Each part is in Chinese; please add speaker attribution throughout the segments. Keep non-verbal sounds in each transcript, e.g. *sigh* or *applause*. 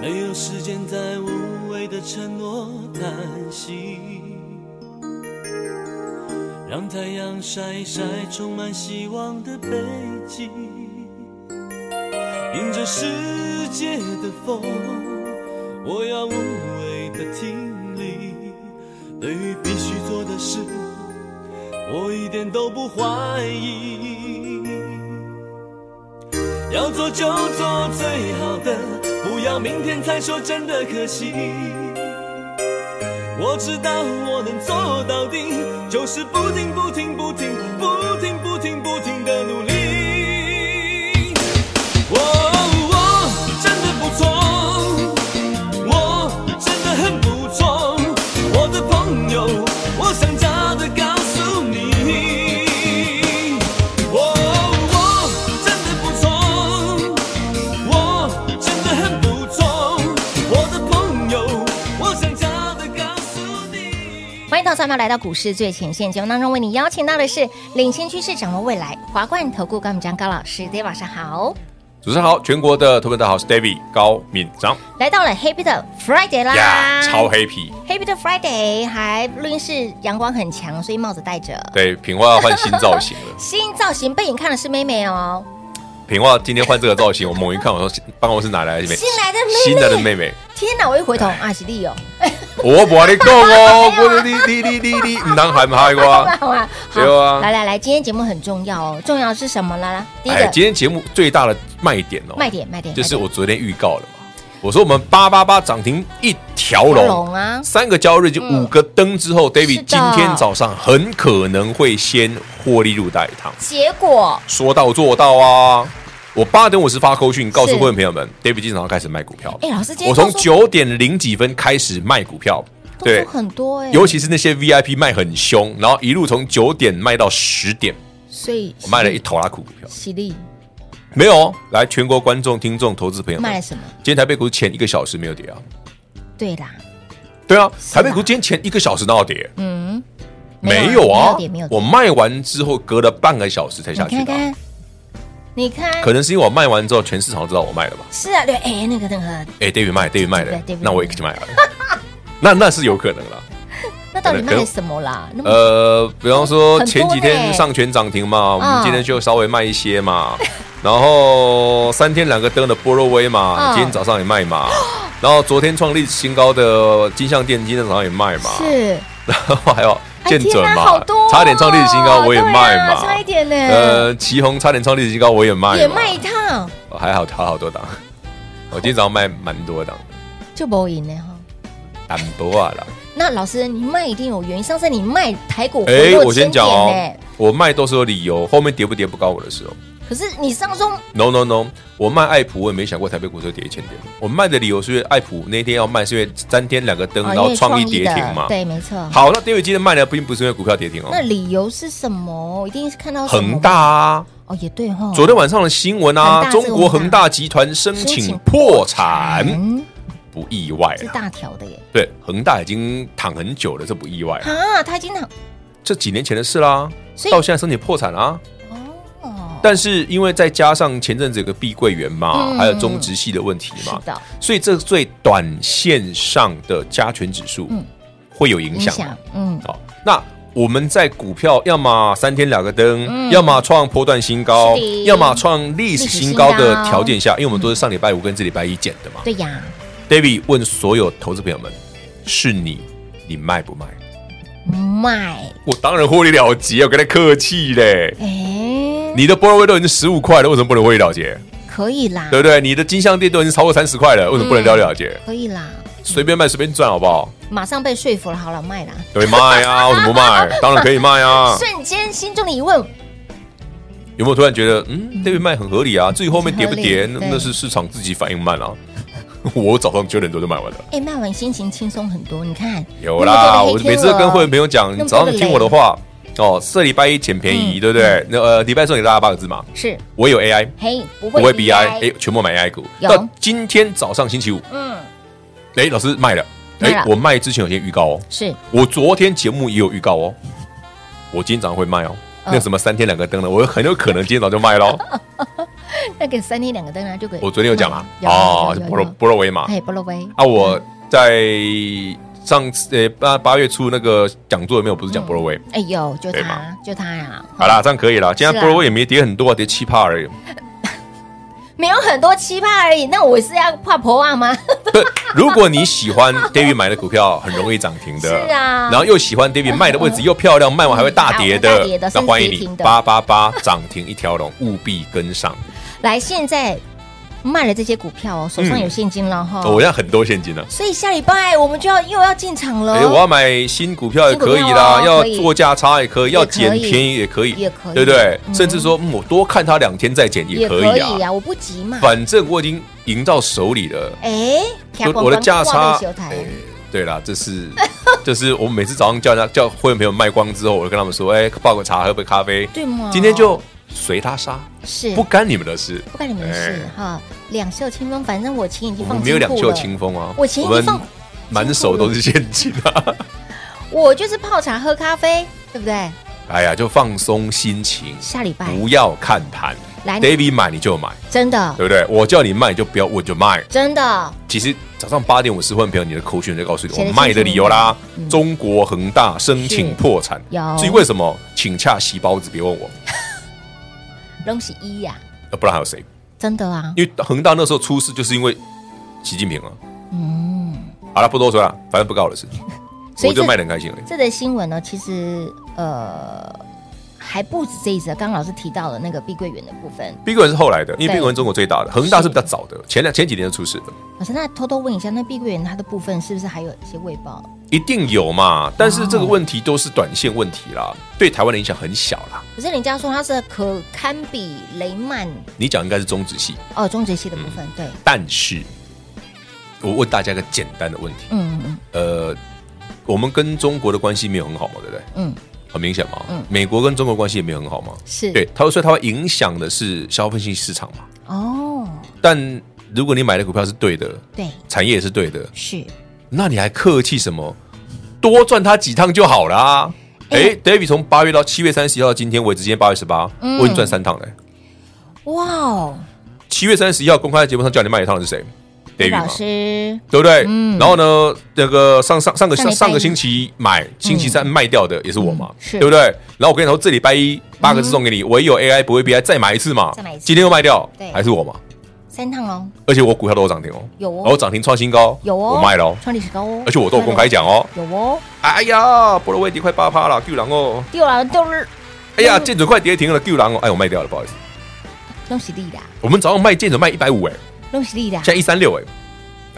Speaker 1: 没有时间再无谓的承诺叹息，让太阳晒一晒充满希望的背脊，迎着世界的风，我要无畏的挺立。对于必须做的事，我一点都不怀疑。要做就做最好的，不要明天才说真的可惜。我知道我能做到底，就是不停不停不停不停不停不停的努力。我我真的不错，我真的很不错，我的朋友，我想假的告诉你，我我真的不错。我真的很不错，我的朋友，我想假的告诉你。
Speaker 2: 欢迎到三秒来到股市最前线节目当中，为你邀请到的是领先趋势、掌握未来华冠投顾高敏章高老师，大家晚上好。
Speaker 3: 主持人好，全国的投资者大家好，我是 David 高敏章，
Speaker 2: 来到了 Happy 的 Friday 啦
Speaker 3: 呀，超 happy，
Speaker 2: Happy 的 Friday，还录音室阳光很强，所以帽子戴着。，
Speaker 3: 对，品花要换新造型了
Speaker 2: 新造型被你看的是妹妹哦，
Speaker 3: 品花今天换这个造型，我猛一看，我说办公室哪来的妹？
Speaker 2: 新来的妹妹
Speaker 3: 新来的妹妹，
Speaker 2: 天哪！我一回头，阿喜丽哦，
Speaker 3: 我不跟你讲哦，不是你你你你你，唔当害唔害我？
Speaker 2: 哇，
Speaker 3: 对啊
Speaker 2: 来来来，今天节目很重要哦，重要是什么呢？第一
Speaker 3: 哎，
Speaker 2: 个
Speaker 3: 今天节目最大的卖点哦，
Speaker 2: 卖点卖点
Speaker 3: 就是
Speaker 2: 卖点
Speaker 3: 我昨天预告了嘛，我说我们八八八涨停一
Speaker 2: 条
Speaker 3: 条龙
Speaker 2: 龙啊
Speaker 3: 三个交易日就五个灯之后
Speaker 2: 是的
Speaker 3: ，David 今天早上很可能会先获利入袋一趟。
Speaker 2: 结果
Speaker 3: 说到做到啊！我八点五十发扣讯告诉
Speaker 2: 是
Speaker 3: 会员朋友们，David 经常开始卖股票。
Speaker 2: 哎老师今天
Speaker 3: 我
Speaker 2: 告
Speaker 3: 从
Speaker 2: 诉
Speaker 3: 九点零几分开始卖股票，
Speaker 2: 动作很多哎，
Speaker 3: 尤其是那些 VIP 卖很凶，然后一路从九点卖到十点，
Speaker 2: 所以
Speaker 3: 我卖了一头拉苦股票。
Speaker 2: 喜力
Speaker 3: 没有哦，来全国观众、听众、投资朋友们
Speaker 2: 卖了，什么？
Speaker 3: 今天台北股前一个小时没有跌啊？
Speaker 2: 对啦，
Speaker 3: 对啊，
Speaker 2: 是啊
Speaker 3: 台北股今天前一个小时哪有跌？
Speaker 2: 嗯，
Speaker 3: 没有啊
Speaker 2: 没有跌没有，跌
Speaker 3: 我卖完之后隔了半个小时才下
Speaker 2: 你
Speaker 3: 去
Speaker 2: 看
Speaker 3: 的啊。
Speaker 2: 看，你看，
Speaker 3: 可能是因为我卖完之后，全市场都知道我卖了吧？
Speaker 2: 是啊，对，哎，那个那个，
Speaker 3: 哎，David 卖，David 卖了
Speaker 2: 对，，David
Speaker 3: 那我也去买了，那那是有可能了。
Speaker 2: 那到底
Speaker 3: 可能
Speaker 2: 卖了什么啦？那么
Speaker 3: 呃，比方说
Speaker 2: 嗯很多
Speaker 3: 前几
Speaker 2: 呢
Speaker 3: 天上权涨停嘛，我
Speaker 2: 嗯
Speaker 3: 们今天就稍微卖一些嘛，然后三天两个灯的波若威嘛
Speaker 2: 嗯，
Speaker 3: 今天早上也卖
Speaker 2: *laughs*
Speaker 3: 嘛，然后昨天创历史新高的金像电今天早上也卖嘛，
Speaker 2: 是
Speaker 3: 然后还有
Speaker 2: 哎
Speaker 3: 见准
Speaker 2: 天哪好
Speaker 3: 嘛
Speaker 2: 多哦，
Speaker 3: 差点创历史新高我也卖
Speaker 2: 对啊
Speaker 3: 嘛，
Speaker 2: 差一点呢
Speaker 3: 呃，旗宏差点创历史新高我也卖嘛，
Speaker 2: 也卖一趟
Speaker 3: 哦还好还好多档，我今天早上卖蛮多档，
Speaker 2: 就不赢了哈。
Speaker 3: 单薄啊啦。
Speaker 2: 那老师，你卖一定有原因。上次你卖台股回
Speaker 3: 哎，
Speaker 2: 落
Speaker 3: 我先
Speaker 2: 千点
Speaker 3: 讲
Speaker 2: 呢、
Speaker 3: 哦，我卖都是有理由，后面跌不跌不关我的事哦。
Speaker 2: 可是你上周
Speaker 3: No No No，我卖爱普，我也没想过台北股市会跌一千点。我卖的理由是因为爱普那天要卖，是因为三天两个灯，
Speaker 2: 啊
Speaker 3: 然后
Speaker 2: 因为
Speaker 3: 嗯创意
Speaker 2: 的
Speaker 3: 跌停嘛。
Speaker 2: 对，嗯没错。
Speaker 3: 好，那 David 今天卖的并不是因为股票跌停哦
Speaker 2: 那，理由是什么？一定是看到什么
Speaker 3: 恒大啊，
Speaker 2: 哦，也对哈、哦。
Speaker 3: 昨天晚上的新闻
Speaker 2: 恒
Speaker 3: 啊
Speaker 2: 大，
Speaker 3: 中
Speaker 2: 这个
Speaker 3: 国
Speaker 2: 恒大
Speaker 3: 恒大集团申
Speaker 2: 申
Speaker 3: 请
Speaker 2: 请
Speaker 3: 破产，
Speaker 2: 嗯，
Speaker 3: 不意外
Speaker 2: 是
Speaker 3: 啦。
Speaker 2: 大条的耶。
Speaker 3: 对，恒大已经躺很久了，这不意外啦，
Speaker 2: 啊，他已经很
Speaker 3: 这几年前的事啦
Speaker 2: 所以，
Speaker 3: 到现在申请破产啦、啊。
Speaker 2: 哦，
Speaker 3: 但是因为再加上前阵子有个碧桂园嘛，
Speaker 2: 嗯
Speaker 3: 还有中植系的问题
Speaker 2: 是
Speaker 3: 嘛，
Speaker 2: 的，
Speaker 3: 所以这最短线上的加权指数
Speaker 2: 嗯
Speaker 3: 会有影
Speaker 2: 影
Speaker 3: 响
Speaker 2: 响
Speaker 3: 嘛。
Speaker 2: 嗯，
Speaker 3: 好，那我们在股票要么三天两个
Speaker 2: 嗯
Speaker 3: 灯，要么创波段新高
Speaker 2: 是的，
Speaker 3: 要么创历史新高
Speaker 2: 历史
Speaker 3: 的
Speaker 2: 新高嗯
Speaker 3: 条件下，因为我们都是上礼拜五跟这礼拜一减的嘛。
Speaker 2: 对呀，
Speaker 3: David 问所有投资朋友们：是你，你卖不卖？
Speaker 2: 卖
Speaker 3: 我当然获利了结，我跟他客气嘞。
Speaker 2: 哎、
Speaker 3: 你的波罗威都已经十五块了，为什么不能获利了结？
Speaker 2: 可以啦，嗯
Speaker 3: 对不对？你的金项店都已经超过三十块了，为什么不能了了解？
Speaker 2: 可以啦，
Speaker 3: 随便卖随便赚，好不好？
Speaker 2: 马上被说服了，好了，卖了。
Speaker 3: 可以卖
Speaker 2: *laughs*
Speaker 3: 啊，为什么不卖？当然可以卖啊。
Speaker 2: 瞬间心中的疑问，
Speaker 3: 有没有突然觉得，嗯，这边卖很合理啊？至于后面跌不跌，
Speaker 2: 很合
Speaker 3: 那
Speaker 2: 理对
Speaker 3: 那是市场自己反应慢啊。 *laughs* 我早上九点多就卖完了。
Speaker 2: 哎、卖完心情轻松很多。你看，
Speaker 3: 有啦，我每次都跟会员朋
Speaker 2: 友
Speaker 3: 友讲，
Speaker 2: 啊那么多的
Speaker 3: 你早上听我的
Speaker 2: 雷嗯
Speaker 3: 话哦，这礼拜一捡便宜，对不对？那呃，礼拜送给大家八个字嘛，
Speaker 2: 是，
Speaker 3: 我有 AI，
Speaker 2: 嘿，不
Speaker 3: 不
Speaker 2: 会
Speaker 3: 会
Speaker 2: BI，
Speaker 3: BI，哎，全部买 AI 股。
Speaker 2: 有
Speaker 3: 到今天早上星期五，
Speaker 2: 嗯，
Speaker 3: 哎，老师卖了，
Speaker 2: 卖
Speaker 3: 哎
Speaker 2: 了，
Speaker 3: 我卖之前有先预告哦，
Speaker 2: 是
Speaker 3: 我昨天节目也有预告哦，我今天早上会卖哦。
Speaker 2: 嗯
Speaker 3: 那个什么三天两个灯的，我很有可能今天早上就卖
Speaker 2: *laughs*
Speaker 3: 喽。
Speaker 2: 那个三天两个灯啊，就给
Speaker 3: 我昨天有讲啊，
Speaker 2: 哦，有
Speaker 3: 波若
Speaker 2: 有
Speaker 3: 波若威嘛，
Speaker 2: 嘿，菠萝威
Speaker 3: 啊，我在上次呃八八月初那个讲座里面，我不是讲波罗威？
Speaker 2: 哎有，就
Speaker 3: 对
Speaker 2: 他
Speaker 3: 嘛，
Speaker 2: 就他啊呀，
Speaker 3: 好啦，这样可以啦。今
Speaker 2: 是
Speaker 3: 天
Speaker 2: 啊
Speaker 3: 波罗威也没跌很多啊，跌七帕而已。
Speaker 2: 没有很多期盼而已。那我是要画婆望吗？ *laughs*
Speaker 3: 对，如果你喜欢 David 买的股票，很容易涨停的，
Speaker 2: 是啊
Speaker 3: 然后又喜欢 David 卖的位置又漂亮，卖完还会大跌
Speaker 2: 还会
Speaker 3: 的
Speaker 2: 大跌的，
Speaker 3: 那欢迎
Speaker 2: 甚至跌
Speaker 3: 你
Speaker 2: 停的
Speaker 3: 八八八涨停一条龙，务必跟上。
Speaker 2: 来，现在卖了这些股票哦，手上
Speaker 3: 嗯
Speaker 2: 有现金了哈、
Speaker 3: 我要很多现金呢。
Speaker 2: 所以下礼拜我们就要又要进场了。
Speaker 3: 哎，我要买新股票也可以
Speaker 2: 新股票
Speaker 3: 啦，
Speaker 2: 哦
Speaker 3: 要
Speaker 2: 可以
Speaker 3: 做价差也可
Speaker 2: 也可
Speaker 3: 以，
Speaker 2: 以
Speaker 3: 要减便宜也可以，
Speaker 2: 也可以
Speaker 3: 对不对？
Speaker 2: 嗯
Speaker 3: 甚至说，嗯我多看它两天再减也可以啊。
Speaker 2: 我不急嘛。
Speaker 3: 反正我已经赢到手里了，
Speaker 2: 哎，
Speaker 3: 我我的价差
Speaker 2: 跳光光挂在手台，
Speaker 3: 哎对啦，这是 *laughs* 就是我每次早上叫人家叫会员朋友卖光之后，我就跟他们说，哎，泡个茶，喝杯咖啡，
Speaker 2: 对吗？
Speaker 3: 今天就随他杀，
Speaker 2: 是
Speaker 3: 不
Speaker 2: 不
Speaker 3: 干你们的事。
Speaker 2: 不干你们的事
Speaker 3: 哎
Speaker 2: 哈。两袖清风，反正我钱已经
Speaker 3: 我
Speaker 2: 放
Speaker 3: 们没有
Speaker 2: 金
Speaker 3: 两
Speaker 2: 库
Speaker 3: 袖
Speaker 2: 了
Speaker 3: 清风啊，
Speaker 2: 我前一
Speaker 3: 我
Speaker 2: 天
Speaker 3: 们
Speaker 2: 放
Speaker 3: 满手都是现金啊。 *laughs*
Speaker 2: 我就是泡茶喝咖啡，对不对？
Speaker 3: 哎呀，就放松心情，
Speaker 2: 下礼拜
Speaker 3: 不要看盘。
Speaker 2: 来
Speaker 3: David 买你就买，
Speaker 2: 真的
Speaker 3: 对不对？我叫你卖你就不要，我就卖。
Speaker 2: 真的
Speaker 3: 其实早上八点五十分，朋友你的口讯就告诉你
Speaker 2: 写得
Speaker 3: 我卖的理由啦
Speaker 2: 清楚嗯。
Speaker 3: 中国恒大申请破产
Speaker 2: 是有，
Speaker 3: 至于为什么，请洽席包子，别问我，
Speaker 2: 东西一呀，
Speaker 3: 呃不然还有谁？
Speaker 2: 真的啊，
Speaker 3: 因为恒大那时候出事就是因为习近平啊。
Speaker 2: 嗯，
Speaker 3: 好了，不多说了，反正不告我的事，
Speaker 2: *laughs* 所以
Speaker 3: 我就
Speaker 2: 这
Speaker 3: 卖的很开心了。
Speaker 2: 这则新闻呢，其实呃还不止这一则，刚刚老师提到了那个碧桂园的部分。
Speaker 3: 碧桂园是后来的，因为
Speaker 2: 对
Speaker 3: 碧桂园中国最大的，恒大是比较早的，前两前几年就出事的，
Speaker 2: 老师，那偷偷问一下，那碧桂园它的部分是不是还有一些未报？
Speaker 3: 一定有
Speaker 2: 哦
Speaker 3: 嘛。但是这个问题都是短线问题啦，对台湾的影响很小啦。
Speaker 2: 可是人家说它是可堪比雷曼
Speaker 3: 你讲应该是中止系，
Speaker 2: 哦，中结系的部分，对，
Speaker 3: 但是我问大家一个简单的问题，
Speaker 2: 嗯嗯
Speaker 3: 呃，我们跟中国的关系没有很好嘛，对不对？
Speaker 2: 嗯，
Speaker 3: 很明显嘛，
Speaker 2: 嗯
Speaker 3: 美国跟中国关系也没有很好嘛，
Speaker 2: 是，
Speaker 3: 对，它会所以它会影响的是消费性市场嘛。
Speaker 2: 哦，
Speaker 3: 但如果你买的股票是对的，
Speaker 2: 对，
Speaker 3: 产业也是对的，
Speaker 2: 是，
Speaker 3: 那你还客气什么？多赚它几趟就好啦。哎、d a v i d 从八月到七月三十一号到今天为止，今天八月十八、
Speaker 2: 嗯
Speaker 3: 我已经赚三趟了、
Speaker 2: 哇哦，
Speaker 3: 七月三十一号公开的节目上叫你卖一趟的是谁
Speaker 2: 李
Speaker 3: ？David 嘛
Speaker 2: 老师，
Speaker 3: 对不对？
Speaker 2: 嗯
Speaker 3: 然后呢，那个上上上个
Speaker 2: 上礼拜
Speaker 3: 上
Speaker 2: 一
Speaker 3: 上个星期买，星期三卖掉的也是我嘛
Speaker 2: 嗯，是嗯
Speaker 3: 对不对？然后我跟你说，这礼拜一八个字送给你，唯有 AI 不会 BI，再买一次嘛，
Speaker 2: 再买一次
Speaker 3: 今天又卖掉
Speaker 2: 对，
Speaker 3: 还是我嘛？
Speaker 2: 三趟哦，
Speaker 3: 而且我股票都有涨停哦，
Speaker 2: 有哦
Speaker 3: 然后涨停创新高，
Speaker 2: 有哦，
Speaker 3: 我卖了哦，
Speaker 2: 创历史高哦，
Speaker 3: 而且我都有公开讲哦，
Speaker 2: 有哦，
Speaker 3: 哎呀，波罗威迪快八趴了，救狼哦，
Speaker 2: 丢了都是
Speaker 3: 哎
Speaker 2: 嗯
Speaker 3: 呀，剑准快跌停了，救狼哦，哎，我卖掉了，不好意思，
Speaker 2: 弄喜力的啊，
Speaker 3: 我们早上卖剑准卖一百五哎，
Speaker 2: 弄喜力的啊，
Speaker 3: 现在一三六哎，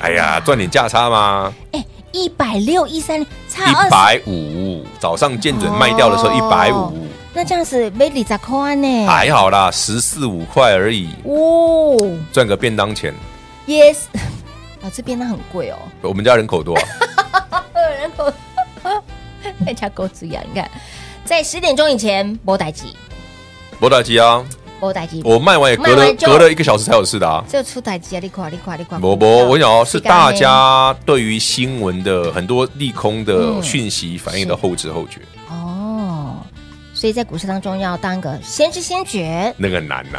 Speaker 3: 哎
Speaker 2: 啊
Speaker 3: 呀，赚点价差嘛，
Speaker 2: 哎，一百六一三差啊二
Speaker 3: 一
Speaker 2: 十，
Speaker 3: 百五，早上剑准卖掉的时候一百
Speaker 2: 哦
Speaker 3: 五。
Speaker 2: 那这样子没理咋扣安呢？
Speaker 3: 还好啦，十四五块而已，
Speaker 2: 哦
Speaker 3: 赚个便当钱。
Speaker 2: ，yes，啊， *laughs* 这边那很贵哦。 *laughs*
Speaker 3: 我们家人口多、啊，
Speaker 2: 然后那家狗子呀，你看，在十点钟以前没代机，
Speaker 3: 罗大吉啊，
Speaker 2: 没代机，
Speaker 3: 我卖完也隔
Speaker 2: 卖
Speaker 3: 了
Speaker 2: 完就
Speaker 3: 隔了一个小时才有事的啊。
Speaker 2: 只有出代机啊！你垮，你垮，你垮！
Speaker 3: 伯伯，我想哦，是
Speaker 2: 干呢
Speaker 3: 大家对于新闻的很多利空的
Speaker 2: 嗯
Speaker 3: 讯息反应的后知后觉，
Speaker 2: 哦，所以在股市当中要当个先知先觉，
Speaker 3: 那个很难呐、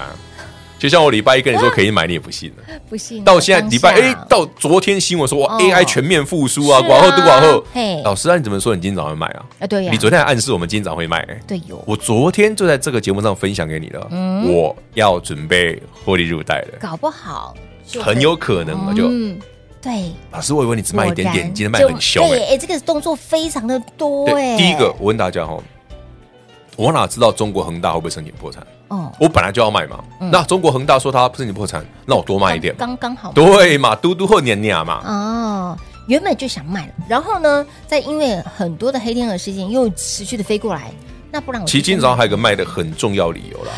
Speaker 3: 就像我礼拜一跟你说可以买，你也不信
Speaker 2: *laughs*
Speaker 3: 了。
Speaker 2: 不信
Speaker 3: 到现在礼拜哎
Speaker 2: 哎，，
Speaker 3: 到昨天新闻说哇
Speaker 2: 哦
Speaker 3: AI 全面复苏啊，
Speaker 2: 是啊
Speaker 3: 往后都往后
Speaker 2: 嘿。
Speaker 3: 老师啊，你怎么说你今天早上买啊？
Speaker 2: 啊，对呀，
Speaker 3: 你昨天还暗示我们今天早上会卖、欸。
Speaker 2: 对有
Speaker 3: 我昨天就在这个节目上分享给你了，
Speaker 2: 嗯
Speaker 3: 我要准备获利入袋了，
Speaker 2: 搞不好就会
Speaker 3: 很有可能啊我就、
Speaker 2: 嗯，对，
Speaker 3: 老师，我以为你只卖一点
Speaker 2: 果
Speaker 3: 点，
Speaker 2: 然
Speaker 3: 今天卖得很凶
Speaker 2: 就
Speaker 3: 哎、
Speaker 2: 对，哎，这个动作非常的多哎。
Speaker 3: 对，第一个，我问大家哈，我哪知道中国恒大会不会申请破产？
Speaker 2: 哦，
Speaker 3: 我本来就要卖嘛，
Speaker 2: 嗯
Speaker 3: 那中国恒大说他申请破产，那我多卖一点嘛，
Speaker 2: 刚刚刚好嘛
Speaker 3: 对嘛，嘟嘟后年年嘛，
Speaker 2: 哦，原本就想卖了，然后呢，再因为很多的黑天鹅事件又持续的飞过来，那不然我
Speaker 3: 其实今天早上还有一个卖的很重要理由啦。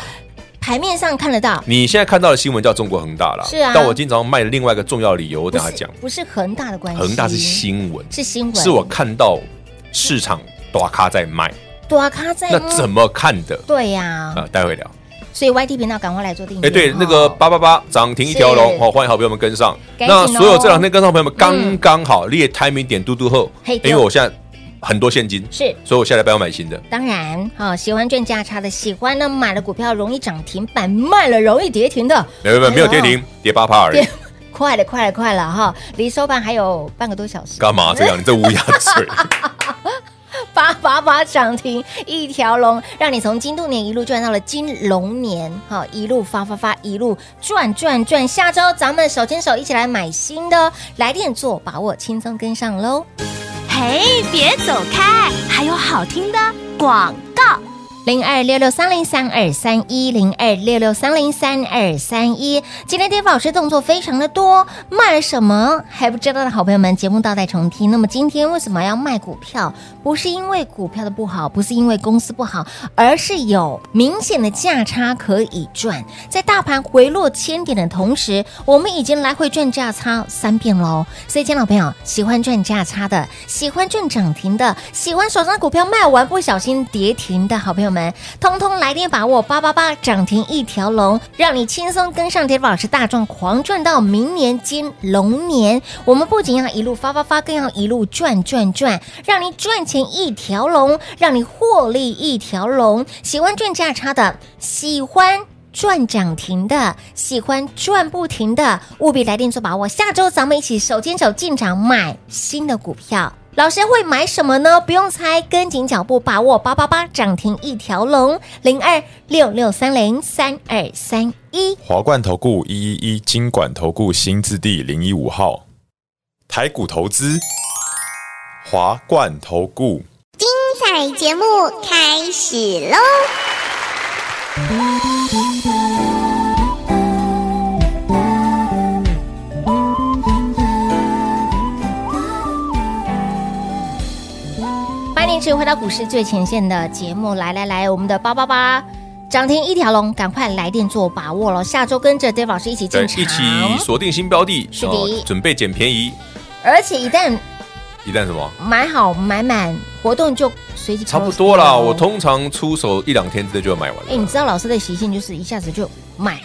Speaker 2: 牌面上看得到，
Speaker 3: 你现在看到的新闻叫中国恒大啦，
Speaker 2: 是啊
Speaker 3: 但我今天早上卖的另外一个重要理由，我
Speaker 2: 不
Speaker 3: 等下
Speaker 2: 是
Speaker 3: 讲。
Speaker 2: 不是恒大的关系，
Speaker 3: 恒大是新闻，
Speaker 2: 是新闻，
Speaker 3: 是我看到市场大咖在卖，
Speaker 2: 短咖啊在
Speaker 3: 那怎么看的？
Speaker 2: 对呀、
Speaker 3: 啊，待会聊。
Speaker 2: 所以 YT 频道赶快来做订阅。
Speaker 3: 哎，对，
Speaker 2: 哦
Speaker 3: 那个八八八涨停一条龙，哦
Speaker 2: 是
Speaker 3: 好，欢迎好朋友们跟上。
Speaker 2: 赶紧
Speaker 3: 那
Speaker 2: 哦
Speaker 3: 所有这两天跟上的朋友们刚刚好，列 timing 点嘟嘟后，
Speaker 2: 嘿
Speaker 3: 因
Speaker 2: 对
Speaker 3: 为我现在很多现金，
Speaker 2: 是
Speaker 3: 所以我下礼拜要买新的。
Speaker 2: 当然，好、喜欢赚价差的，喜欢呢买了股票容易涨停板，卖了容易跌停的，
Speaker 3: 没有没有没有跌停，跌八趴而已
Speaker 2: 哎跌。快了，快了，快了哈！离收盘还有半个多小时， *laughs*
Speaker 3: 干嘛这样？你这乌鸦嘴！
Speaker 2: 八八八涨停一条龙，让你从金兔年一路赚到了金龙年，哈，一路发发发，一路赚赚赚。下周咱们手牵手一起来买新的哦，来电做把握，轻松跟上喽。
Speaker 4: 嘿，别走开，还有好听的广告。
Speaker 2: 零二六六三零三二三一零二六六三零三二三一。今天 Dave 老师动作非常的多，卖了什么还不知道的好朋友们，节目倒带重听。那么今天为什么要卖股票？不是因为股票的不好，不是因为公司不好，而是有明显的价差可以赚。在大盘回落千点的同时，我们已经来回赚价差三遍喽。所以，亲爱的朋友，喜欢赚价差的，喜欢赚涨停的，喜欢手上的股票卖完不小心跌停的好朋友们，通通来电把握八八八涨停一条龙，让你轻松跟上 David 老师大赚狂赚到明年金龙年。我们不仅要一路发发发，更要一路赚赚赚，让你赚钱一条龙，让你获利一条龙。喜欢赚价差的，喜欢。赚涨停的，喜欢赚不停的，务必来电做把握。下周咱们一起手牵手进场买新的股票。老师会买什么呢？不用猜，跟紧脚步，把握八八八涨停一条龙零二六六三零三二三一。
Speaker 5: 华冠投顾一一一金管投顾新字第零一五号，台股投资，华冠投顾。
Speaker 6: 彩节目开始喽！
Speaker 2: 欢迎您持续回到股市最前线的节目，来来来，我们的八八八涨停一条龙，赶快来电做把握喽！下周跟着 Dave 老师一起
Speaker 3: 对，
Speaker 2: 进场，
Speaker 3: 哎一起锁定新标的，
Speaker 2: 是的
Speaker 3: 哦准备捡便宜，
Speaker 2: 而且一旦
Speaker 3: 一旦什么？
Speaker 2: 买好买满，活动就随即
Speaker 3: 差不
Speaker 2: close
Speaker 3: 多啦，
Speaker 2: 掉哦
Speaker 3: 我通常出手一两天之内就要买完
Speaker 2: 哎、你
Speaker 3: 了。
Speaker 2: 知道老师的习性就是一下子就买，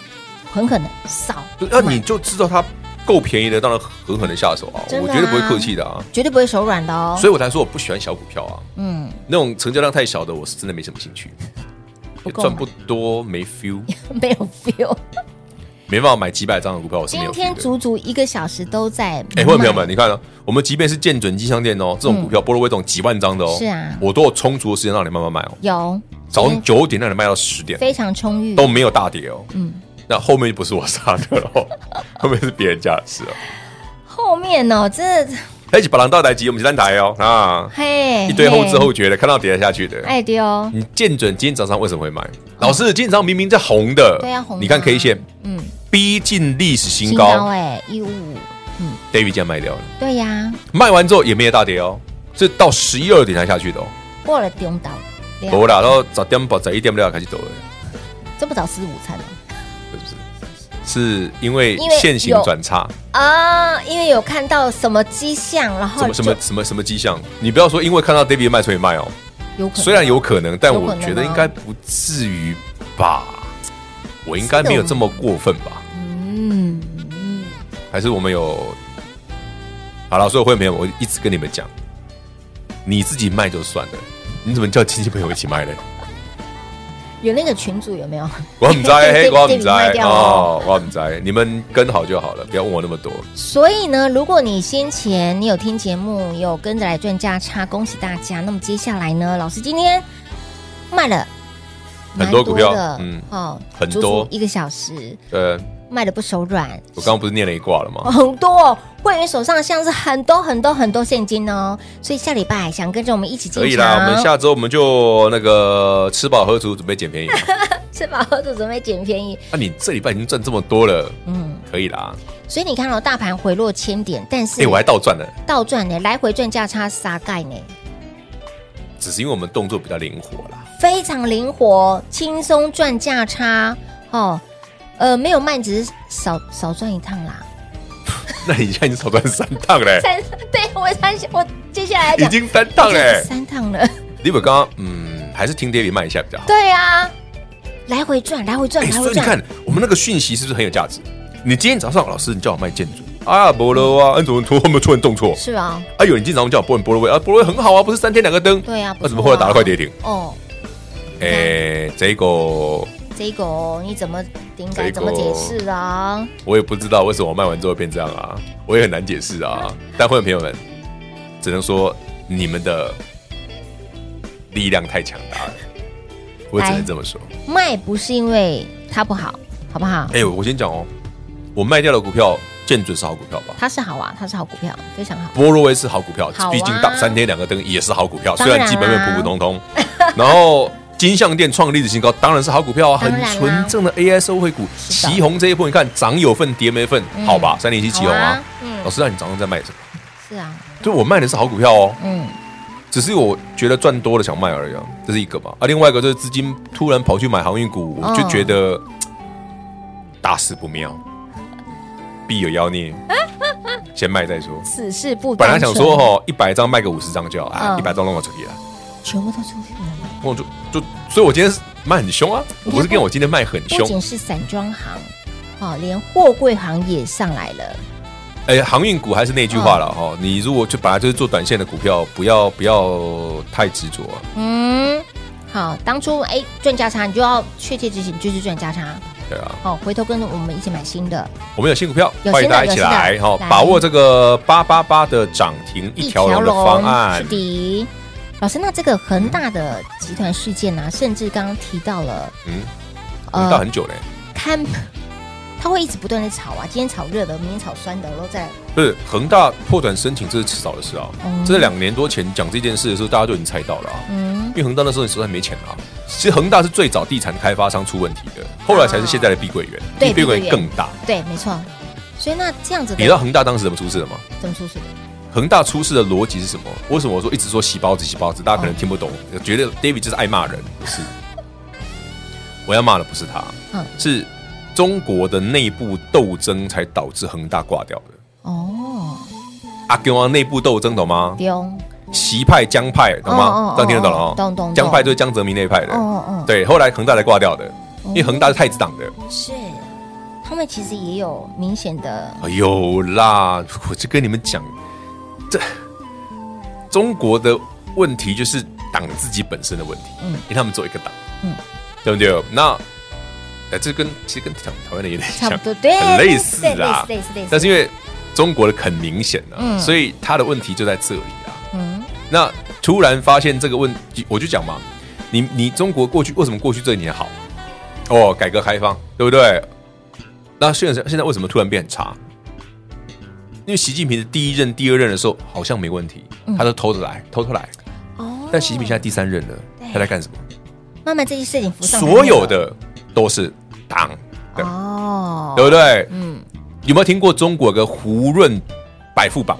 Speaker 2: 很可能少，
Speaker 3: 对那哎你
Speaker 2: 买
Speaker 3: 就知道它够便宜的，当然狠狠的下手啊！
Speaker 2: 真
Speaker 3: 我
Speaker 2: 的啊
Speaker 3: 绝对不会客气的啊！
Speaker 2: 绝对不会手软的哦。
Speaker 3: 所以我才说我不喜欢小股票啊，
Speaker 2: 嗯， *laughs*
Speaker 3: 那种成交量太小的，我是真的没什么兴趣，
Speaker 2: 不够
Speaker 3: 赚
Speaker 2: 买
Speaker 3: 不多没 feel，
Speaker 2: 没有
Speaker 3: *laughs*
Speaker 2: feel。
Speaker 3: 没办法买几百张的股票，我是没
Speaker 2: 今
Speaker 3: 有 feel 的。
Speaker 2: 天足足一个小时都在
Speaker 3: 哎，
Speaker 2: 卖
Speaker 3: 会朋友们，你看哦，我们即便是见准机商店哦，这种股票波罗威这种几万张的哦，
Speaker 2: 嗯是啊
Speaker 3: 我都有充足的时间让你慢慢买哦。
Speaker 2: 有
Speaker 3: 早
Speaker 2: 今
Speaker 3: 上
Speaker 2: 天
Speaker 3: 九点让你卖到十点，
Speaker 2: 非常充裕，
Speaker 3: 都没有大跌哦。嗯，那后面就不是我杀的
Speaker 2: *laughs*
Speaker 3: 喽，后面是别人家的事哦。
Speaker 2: 后面哦，这
Speaker 3: 而且把狼到台集，我们是单台哦啊，
Speaker 2: 嘿
Speaker 3: 一堆后知后觉嗯的，看到跌下去的。
Speaker 2: 哎丢、哦，
Speaker 3: 你见准今天早上为什么会买？老师，今天早上明明在红的，
Speaker 2: 对啊红的啊
Speaker 3: 你看 K 线
Speaker 2: 嗯，
Speaker 3: 逼近历史新
Speaker 2: 新
Speaker 3: 高
Speaker 2: 高哎一五五，
Speaker 3: ，David 竟然卖掉了，
Speaker 2: 对呀，
Speaker 3: 卖完之后也没有大跌哦，是到十一二点才下去的哦。
Speaker 2: 过了中岛，
Speaker 3: 我啦，到早点半、早一点六开始走了，
Speaker 2: 这不早吃午餐哦了
Speaker 3: 是不是？是因为
Speaker 2: 因为
Speaker 3: 现行转差，
Speaker 2: 啊？因为有看到什么迹象，然
Speaker 3: 什
Speaker 2: 后
Speaker 3: 么什么
Speaker 2: 哦就
Speaker 3: 什么什么迹象？你不要说因为看到 David 卖所以卖哦，
Speaker 2: 有可能
Speaker 3: 虽然有可能，但
Speaker 2: 有可
Speaker 3: 我
Speaker 2: 能
Speaker 3: 觉得
Speaker 2: 啊
Speaker 3: 应该不至于吧，我应该没有这么过分吧？
Speaker 2: 嗯嗯
Speaker 3: 还是我们有？好了，所有会员朋友，我一直跟你们讲，你自己卖就算了，你怎么叫亲戚朋友一起卖呢？
Speaker 2: 有那个群主有没有？
Speaker 3: *laughs* 我
Speaker 2: *laughs*
Speaker 3: 很在，欸嘿，
Speaker 2: David-
Speaker 3: 我很
Speaker 2: David 卖
Speaker 3: 在
Speaker 2: 掉了
Speaker 3: 哦，我很在，你们跟好就好了，不要问我那么多。
Speaker 2: 所以呢，如果你先前你有听节目，有跟着来赚价差，恭喜大家。那么接下来呢，老师今天卖了蛮
Speaker 3: 很多股票
Speaker 2: 的
Speaker 3: 嗯
Speaker 2: 哦，
Speaker 3: 很
Speaker 2: 足
Speaker 3: 多
Speaker 2: 足一个小时，
Speaker 3: 呃，
Speaker 2: 卖的不手软，
Speaker 3: 我刚刚不是念了一卦了吗？
Speaker 2: 很多哦会员手上像是很多很多很多现金哦。所以下礼拜想跟着我们一起进
Speaker 3: 可以啦，我
Speaker 2: 场，
Speaker 3: 们下周我们就那个吃饱喝足，准备捡便宜。
Speaker 2: 吃饱喝足，准备捡便宜。
Speaker 3: 那、你这礼拜已经赚这么多了，
Speaker 2: 嗯，
Speaker 3: 可以啦。
Speaker 2: 所以你看到、哦大盘回落千点，但是
Speaker 3: 哎，我还倒赚了，
Speaker 2: 倒赚呢，来回赚价差撒盖呢，
Speaker 3: 只是因为我们动作比较灵活啦。
Speaker 2: 非常灵活，轻松赚价差哦。呃，没有卖，只是少少赚一趟啦。
Speaker 3: 那你现在已经少赚三趟嘞，
Speaker 2: 三，对我三，我接下来
Speaker 3: 已
Speaker 2: 讲
Speaker 3: 经三趟嘞。
Speaker 2: 三趟了。 *laughs*
Speaker 3: 李伟刚刚嗯，还是听 David 卖一下比较好。
Speaker 2: 对啊，来回转，来回转，
Speaker 3: 哎，
Speaker 2: 来
Speaker 3: 所
Speaker 2: 回
Speaker 3: 以你
Speaker 2: 转。
Speaker 3: 看我们那个讯息是不是很有价值？你今天早上老师，你叫我卖建筑啊，博罗啊，你怎么突然突然动错？
Speaker 2: 是啊，
Speaker 3: 啊，有人经常叫我播博罗威啊，博罗威很好啊，不是三天两个灯？
Speaker 2: 对啊。不错
Speaker 3: 那怎么后来打了快跌停？
Speaker 2: 哦，
Speaker 3: 哎，这个
Speaker 2: 这个哦你怎么顶
Speaker 3: 这
Speaker 2: 改
Speaker 3: 个
Speaker 2: 怎么解释啊？
Speaker 3: 我也不知道为什么我卖完之后变这样啊，我也很难解释啊。但会员朋友们，只能说你们的力量太强大了，我只能这么说。
Speaker 2: 卖不是因为它不好，好不好？
Speaker 3: 哎、我先讲哦，我卖掉的股票，建准是好股票吧？
Speaker 2: 它是好啊，它是好股票，非常好。
Speaker 3: 波若威是好股票
Speaker 2: 好啊，
Speaker 3: 毕竟大三天两个灯也是好股票，
Speaker 2: 当
Speaker 3: 虽
Speaker 2: 然啊
Speaker 3: 然
Speaker 2: 啦
Speaker 3: 基本面普普
Speaker 2: *laughs*
Speaker 3: 通通。然后金像店创历史新高，当然是好股票啊，
Speaker 2: 当
Speaker 3: 很
Speaker 2: 然啦
Speaker 3: 纯正的 AI 收回股。
Speaker 2: 是的嗯
Speaker 3: 旗红这一波，你看涨有份，跌没份，好吧？三零七旗红
Speaker 2: 好
Speaker 3: 啊
Speaker 2: 啊，嗯
Speaker 3: 老师，那你早上在卖什么？
Speaker 2: 是啊，
Speaker 3: 对我卖的是好股票哦，
Speaker 2: 嗯，
Speaker 3: 只是我觉得赚多了想卖而已啊，这是一个嘛。啊，另外一个就是资金突然跑去买航运股，
Speaker 2: 哦
Speaker 3: 我就觉得嘖大事不妙，必有
Speaker 2: *laughs*
Speaker 3: 妖孽，先卖再说。
Speaker 2: 此事不
Speaker 3: 本来
Speaker 2: 单
Speaker 3: 想
Speaker 2: 纯
Speaker 3: 说哦，一百张卖个五十张就好啊，
Speaker 2: 嗯
Speaker 3: 一百张弄我出去了，
Speaker 2: 全部都出去了，
Speaker 3: 我就就，所以我今天是卖很凶啊，我不是跟我今天卖很
Speaker 2: 不
Speaker 3: 凶，
Speaker 2: 仅是散装行，哦，连货柜行也上来了。
Speaker 3: 哎，航运股还是那句话了
Speaker 2: 嗯
Speaker 3: 哦，你如果就本来就是做短线的股票，不要不要太执着啊，
Speaker 2: 嗯，好，当初哎赚价差，你就要确切执行，就是赚价差。
Speaker 3: 对啊。
Speaker 2: 哦，回头跟着我们一起买新的，
Speaker 3: 我们有新股票，
Speaker 2: 有新的
Speaker 3: 欢迎大家一起来
Speaker 2: 有新的
Speaker 3: 哈，
Speaker 2: 来
Speaker 3: 把握这个八八八的涨停一条龙的方案
Speaker 2: 是。的。老师，那这个恒大的集团事件啊，甚至刚刚提到了，
Speaker 3: 嗯，等到很久嘞，
Speaker 2: 看，它会一直不断的炒啊，今天炒热的，明天炒酸的，然后再
Speaker 3: 不是恒大破短申请，这是迟早的事啊
Speaker 2: 嗯。
Speaker 3: 这两年多前讲这件事的时候，大家就已经猜到了啊。
Speaker 2: 嗯
Speaker 3: 因为恒大那时候实在没钱啊。其实恒大是最早地产开发商出问题的，后来才是现在的碧桂园，
Speaker 2: 对
Speaker 3: 比
Speaker 2: 碧
Speaker 3: 碧桂
Speaker 2: 桂园
Speaker 3: 园更大。
Speaker 2: 对，没错。所以那这样子
Speaker 3: 你知道
Speaker 2: 的
Speaker 3: 恒大当时怎么出事的吗？
Speaker 2: 怎么出事？
Speaker 3: 恒大出事的逻辑是什么？为什么我说一直说洗包子洗包
Speaker 2: 哦
Speaker 3: 子？大家可能听不懂，觉得 David 就是爱骂人，不是？我要骂的不是他，
Speaker 2: 嗯
Speaker 3: 是中国的内部斗争才导致恒大挂掉的。
Speaker 2: 哦，
Speaker 3: 阿根王内部斗争懂吗？
Speaker 2: 丢，哦
Speaker 3: 习派、江派懂
Speaker 2: 哦哦
Speaker 3: 吗？这样听得懂了
Speaker 2: 哦。
Speaker 3: 哦
Speaker 2: 懂懂懂
Speaker 3: 江派就是江泽民那一派的，
Speaker 2: 哦哦，
Speaker 3: 对。后来恒大才挂掉的，因为恒大是太子党的。
Speaker 2: 是，他们其实也有明显的，
Speaker 3: 哎呦啦，我就跟你们讲，这中国的问题就是党自己本身的问题，
Speaker 2: 嗯
Speaker 3: 因为他们做一个党，
Speaker 2: 嗯
Speaker 3: 对不对？那呃，这跟其实跟台台湾的有点
Speaker 2: 差
Speaker 3: 像，
Speaker 2: 不多，对，
Speaker 3: 很类似
Speaker 2: 对
Speaker 3: 啦。
Speaker 2: 类似类似类似，
Speaker 3: 但是因为中国的很明显啊，
Speaker 2: 嗯
Speaker 3: 所以他的问题就在这里啊。
Speaker 2: 嗯，
Speaker 3: 那突然发现这个问题，我就讲嘛，你你中国过去为什么过去这一年好？哦，改革开放，对不对？那现在现在为什么突然变很差？因为习近平的第一任、第二任的时候好像没问题，他都偷着来，偷偷来。
Speaker 2: 嗯哦，
Speaker 3: 但习近平现在第三任了，他在干什么？
Speaker 2: 慢慢这些事情浮上台面
Speaker 3: 所有的都是党的，
Speaker 2: 哦，
Speaker 3: 对不对？
Speaker 2: 嗯，
Speaker 3: 有没有听过中国有个胡润百富榜？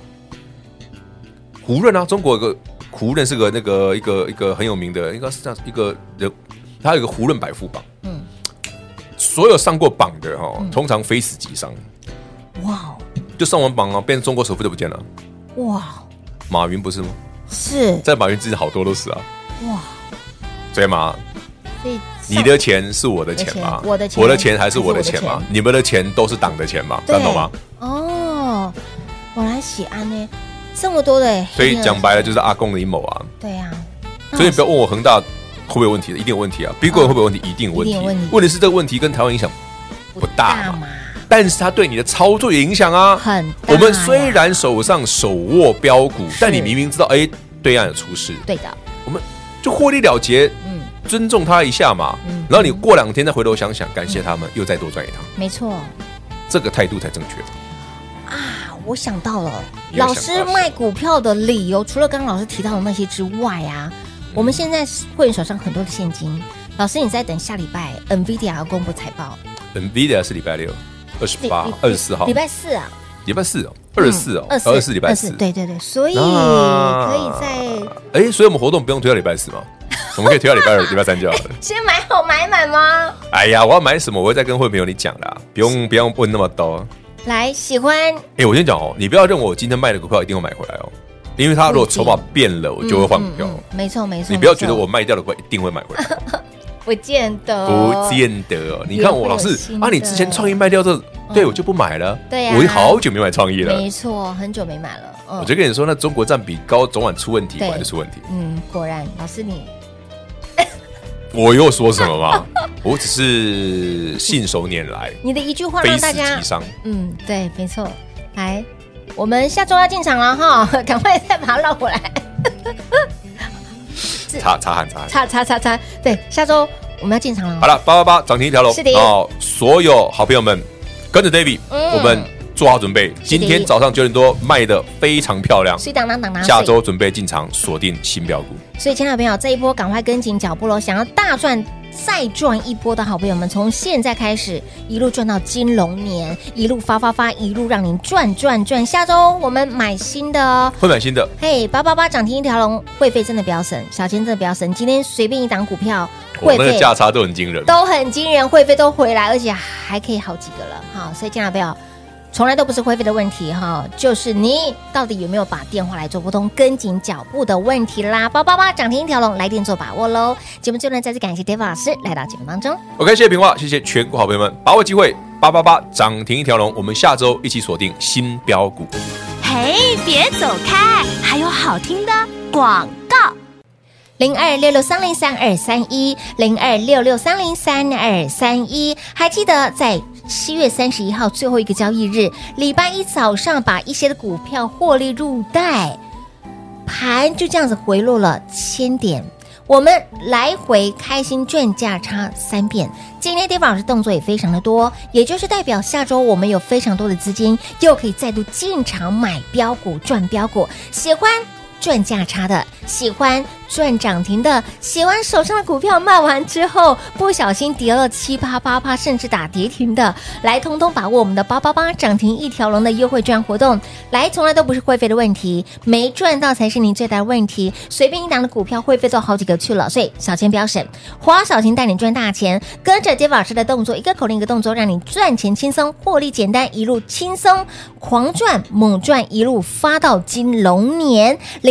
Speaker 3: 胡润啊，中国有个胡润是个那个一个一个很有名的，应该是这样子一个人，他有个胡润百富榜。嗯，所有上过榜的哈、
Speaker 2: 嗯
Speaker 3: 哦，通常非死即伤，
Speaker 2: 哇
Speaker 3: 就上完榜啊，变成中国首富都不见了。
Speaker 2: 哇，
Speaker 3: 马云不是吗？
Speaker 2: 是
Speaker 3: 在马云之前好多都是啊。
Speaker 2: 哇，
Speaker 3: 所以嘛，
Speaker 2: 所以上
Speaker 3: 你的钱是我的钱吗？
Speaker 2: 我的钱
Speaker 3: 我的钱还是我的钱
Speaker 2: 还是我
Speaker 3: 吗
Speaker 2: 的？
Speaker 3: 你们的钱都是党的钱吗？这
Speaker 2: 对
Speaker 3: 样懂吗？？
Speaker 2: 哦，我来写安呢，这么多的，
Speaker 3: 所以讲白了就是是阿公的阴谋啊。
Speaker 2: 对啊，
Speaker 3: 所以不要问我恒大会不会有问题，一定有问题啊！碧桂园会不会有问题，一定有问
Speaker 2: 啊一
Speaker 3: 题
Speaker 2: 定有问题。
Speaker 3: 问题是这个问题跟台湾影响不大
Speaker 2: 大
Speaker 3: 嘛，
Speaker 2: 嘛，
Speaker 3: 但是它对你的操作有影响啊。
Speaker 2: 很大呀
Speaker 3: 我们虽然手上手握标股，但你明明知道，哎，对岸有出事，
Speaker 2: 对的，
Speaker 3: 我们就获利了结，
Speaker 2: 嗯，
Speaker 3: 尊重他一下嘛
Speaker 2: 嗯。
Speaker 3: 然后你过两天再回头想想，感谢他们，又再多赚一趟，
Speaker 2: 没错。
Speaker 3: 这个态度才正确。
Speaker 2: 啊，我想到了，
Speaker 3: 你又
Speaker 2: 老
Speaker 3: 想
Speaker 2: 师
Speaker 3: 到了
Speaker 2: 卖股票的理由，除了刚刚老师提到的那些之外啊，
Speaker 3: 嗯
Speaker 2: 我们现在会员手上很多的现金。老师，你在等下礼拜 NVIDIA 要公布财报，
Speaker 3: NVIDIA 是礼拜六，二十八、二十四号，
Speaker 2: 礼拜四啊，嗯
Speaker 3: 礼拜四哦，二十四哦，
Speaker 2: 二
Speaker 3: 二十四礼啊拜四。
Speaker 2: 对对对，所以
Speaker 3: 那
Speaker 2: 可以在
Speaker 3: 哎，所以我们活动不用推到礼拜四吗？我们可以推到礼拜二、礼拜三就好了。
Speaker 2: 先买好买满吗？
Speaker 3: 哎呀，我要买什么，我会再跟会朋友你讲啦，不用不用问那么多。
Speaker 2: 来，喜欢
Speaker 3: 哎，我先讲哦，你不要认为我今天卖的股票一定会买回来哦，因为它如果筹码变了，我就会换股
Speaker 2: 嗯
Speaker 3: 票。
Speaker 2: 嗯嗯没错没错，
Speaker 3: 你不要
Speaker 2: 没错
Speaker 3: 觉得我卖掉的股票一定会买回来，
Speaker 2: 不见得，
Speaker 3: 不见得哦。你看我老
Speaker 2: 也会有
Speaker 3: 是
Speaker 2: 新的嗯
Speaker 3: 啊，你之前创意卖掉这，对我就不买了。
Speaker 2: 对呀
Speaker 3: 我好久没买创意了。
Speaker 2: 没错，很久没买了，嗯
Speaker 3: 我就跟你说，那中国占比高，总晚出问题，
Speaker 2: 对
Speaker 3: 我还是出问题。
Speaker 2: 嗯，果然老师你
Speaker 3: 我又说什么吗？ *laughs* 我只是信手拈
Speaker 2: *laughs*
Speaker 3: 来，
Speaker 2: 你的一句话
Speaker 3: 非
Speaker 2: 让
Speaker 3: 死
Speaker 2: 大家
Speaker 3: 即伤。
Speaker 2: 嗯，对，没错。来，我们下周要进场了哈， *laughs* 赶快再把它绕过来。
Speaker 3: 擦擦汗，擦汗。
Speaker 2: 擦擦擦擦，对，下周我们要进场了。
Speaker 3: 好了，八八八涨停一条龙
Speaker 2: 是的，
Speaker 3: 哦，所有好朋友们跟着 David，
Speaker 2: 嗯
Speaker 3: 我们做好准备。今天早上九点多卖的非常漂亮，
Speaker 2: 所以当当当当，
Speaker 3: 下周准备进场锁定新标股。
Speaker 2: 所以，亲爱的朋友，这一波赶快跟紧脚步喽！想要大赚再赚一波的好朋友们，从现在开始一路赚到金龙年，一路发发发，一路让您赚赚赚。下周我们买新的哦。
Speaker 3: 会买新的，
Speaker 2: 嘿，八八八涨停一条龙，会费真的不要省，小钱真的不要省。今天随便一档股票，
Speaker 3: 我
Speaker 2: 会
Speaker 3: 那个
Speaker 2: 费
Speaker 3: 价差都很惊人。
Speaker 2: 都很惊人，会费都回来，而且还可以好几个了。好，所以亲爱的朋友，从来都不是会费的问题哈，就是你到底有没有把电话来做拨通，跟紧脚步的问题啦。八八八涨停一条龙，来电做把握喽。节目最后呢，再次感谢 David 老师来到节目当中。
Speaker 3: OK，谢谢平话，谢谢全国好朋友们，把握机会，八八八涨停一条龙，我们下周一起锁定新标股。
Speaker 4: 嘿，别走开，还有好听的广告。
Speaker 2: 零二六六三零三二三一，零二六六三零三二三一，还记得在七月三十一号最后一个交易日，礼拜一早上把一些的股票获利入袋，盘就这样子回落了千点。我们来回开心赚价差三遍，今天跌老师动作也非常的多，也就是代表下周我们有非常多的资金，又可以再度进场买标股赚标股，喜欢。赚价差的，喜欢赚涨停的，喜欢手上的股票卖完之后不小心跌了七八八趴，甚至打跌停的，来通通把握我们的八八八涨停一条龙的优惠券活动。来，从来都不是会费的问题，没赚到才是您最大的问题。随便一档的股票会费都好几个去了，所以小钱不要省，花小钱带你赚大钱，跟着 d a 老师的动作，一个口令一个动作，让你赚钱轻松，获利简单，一路轻松狂赚猛赚，一路发到金龙年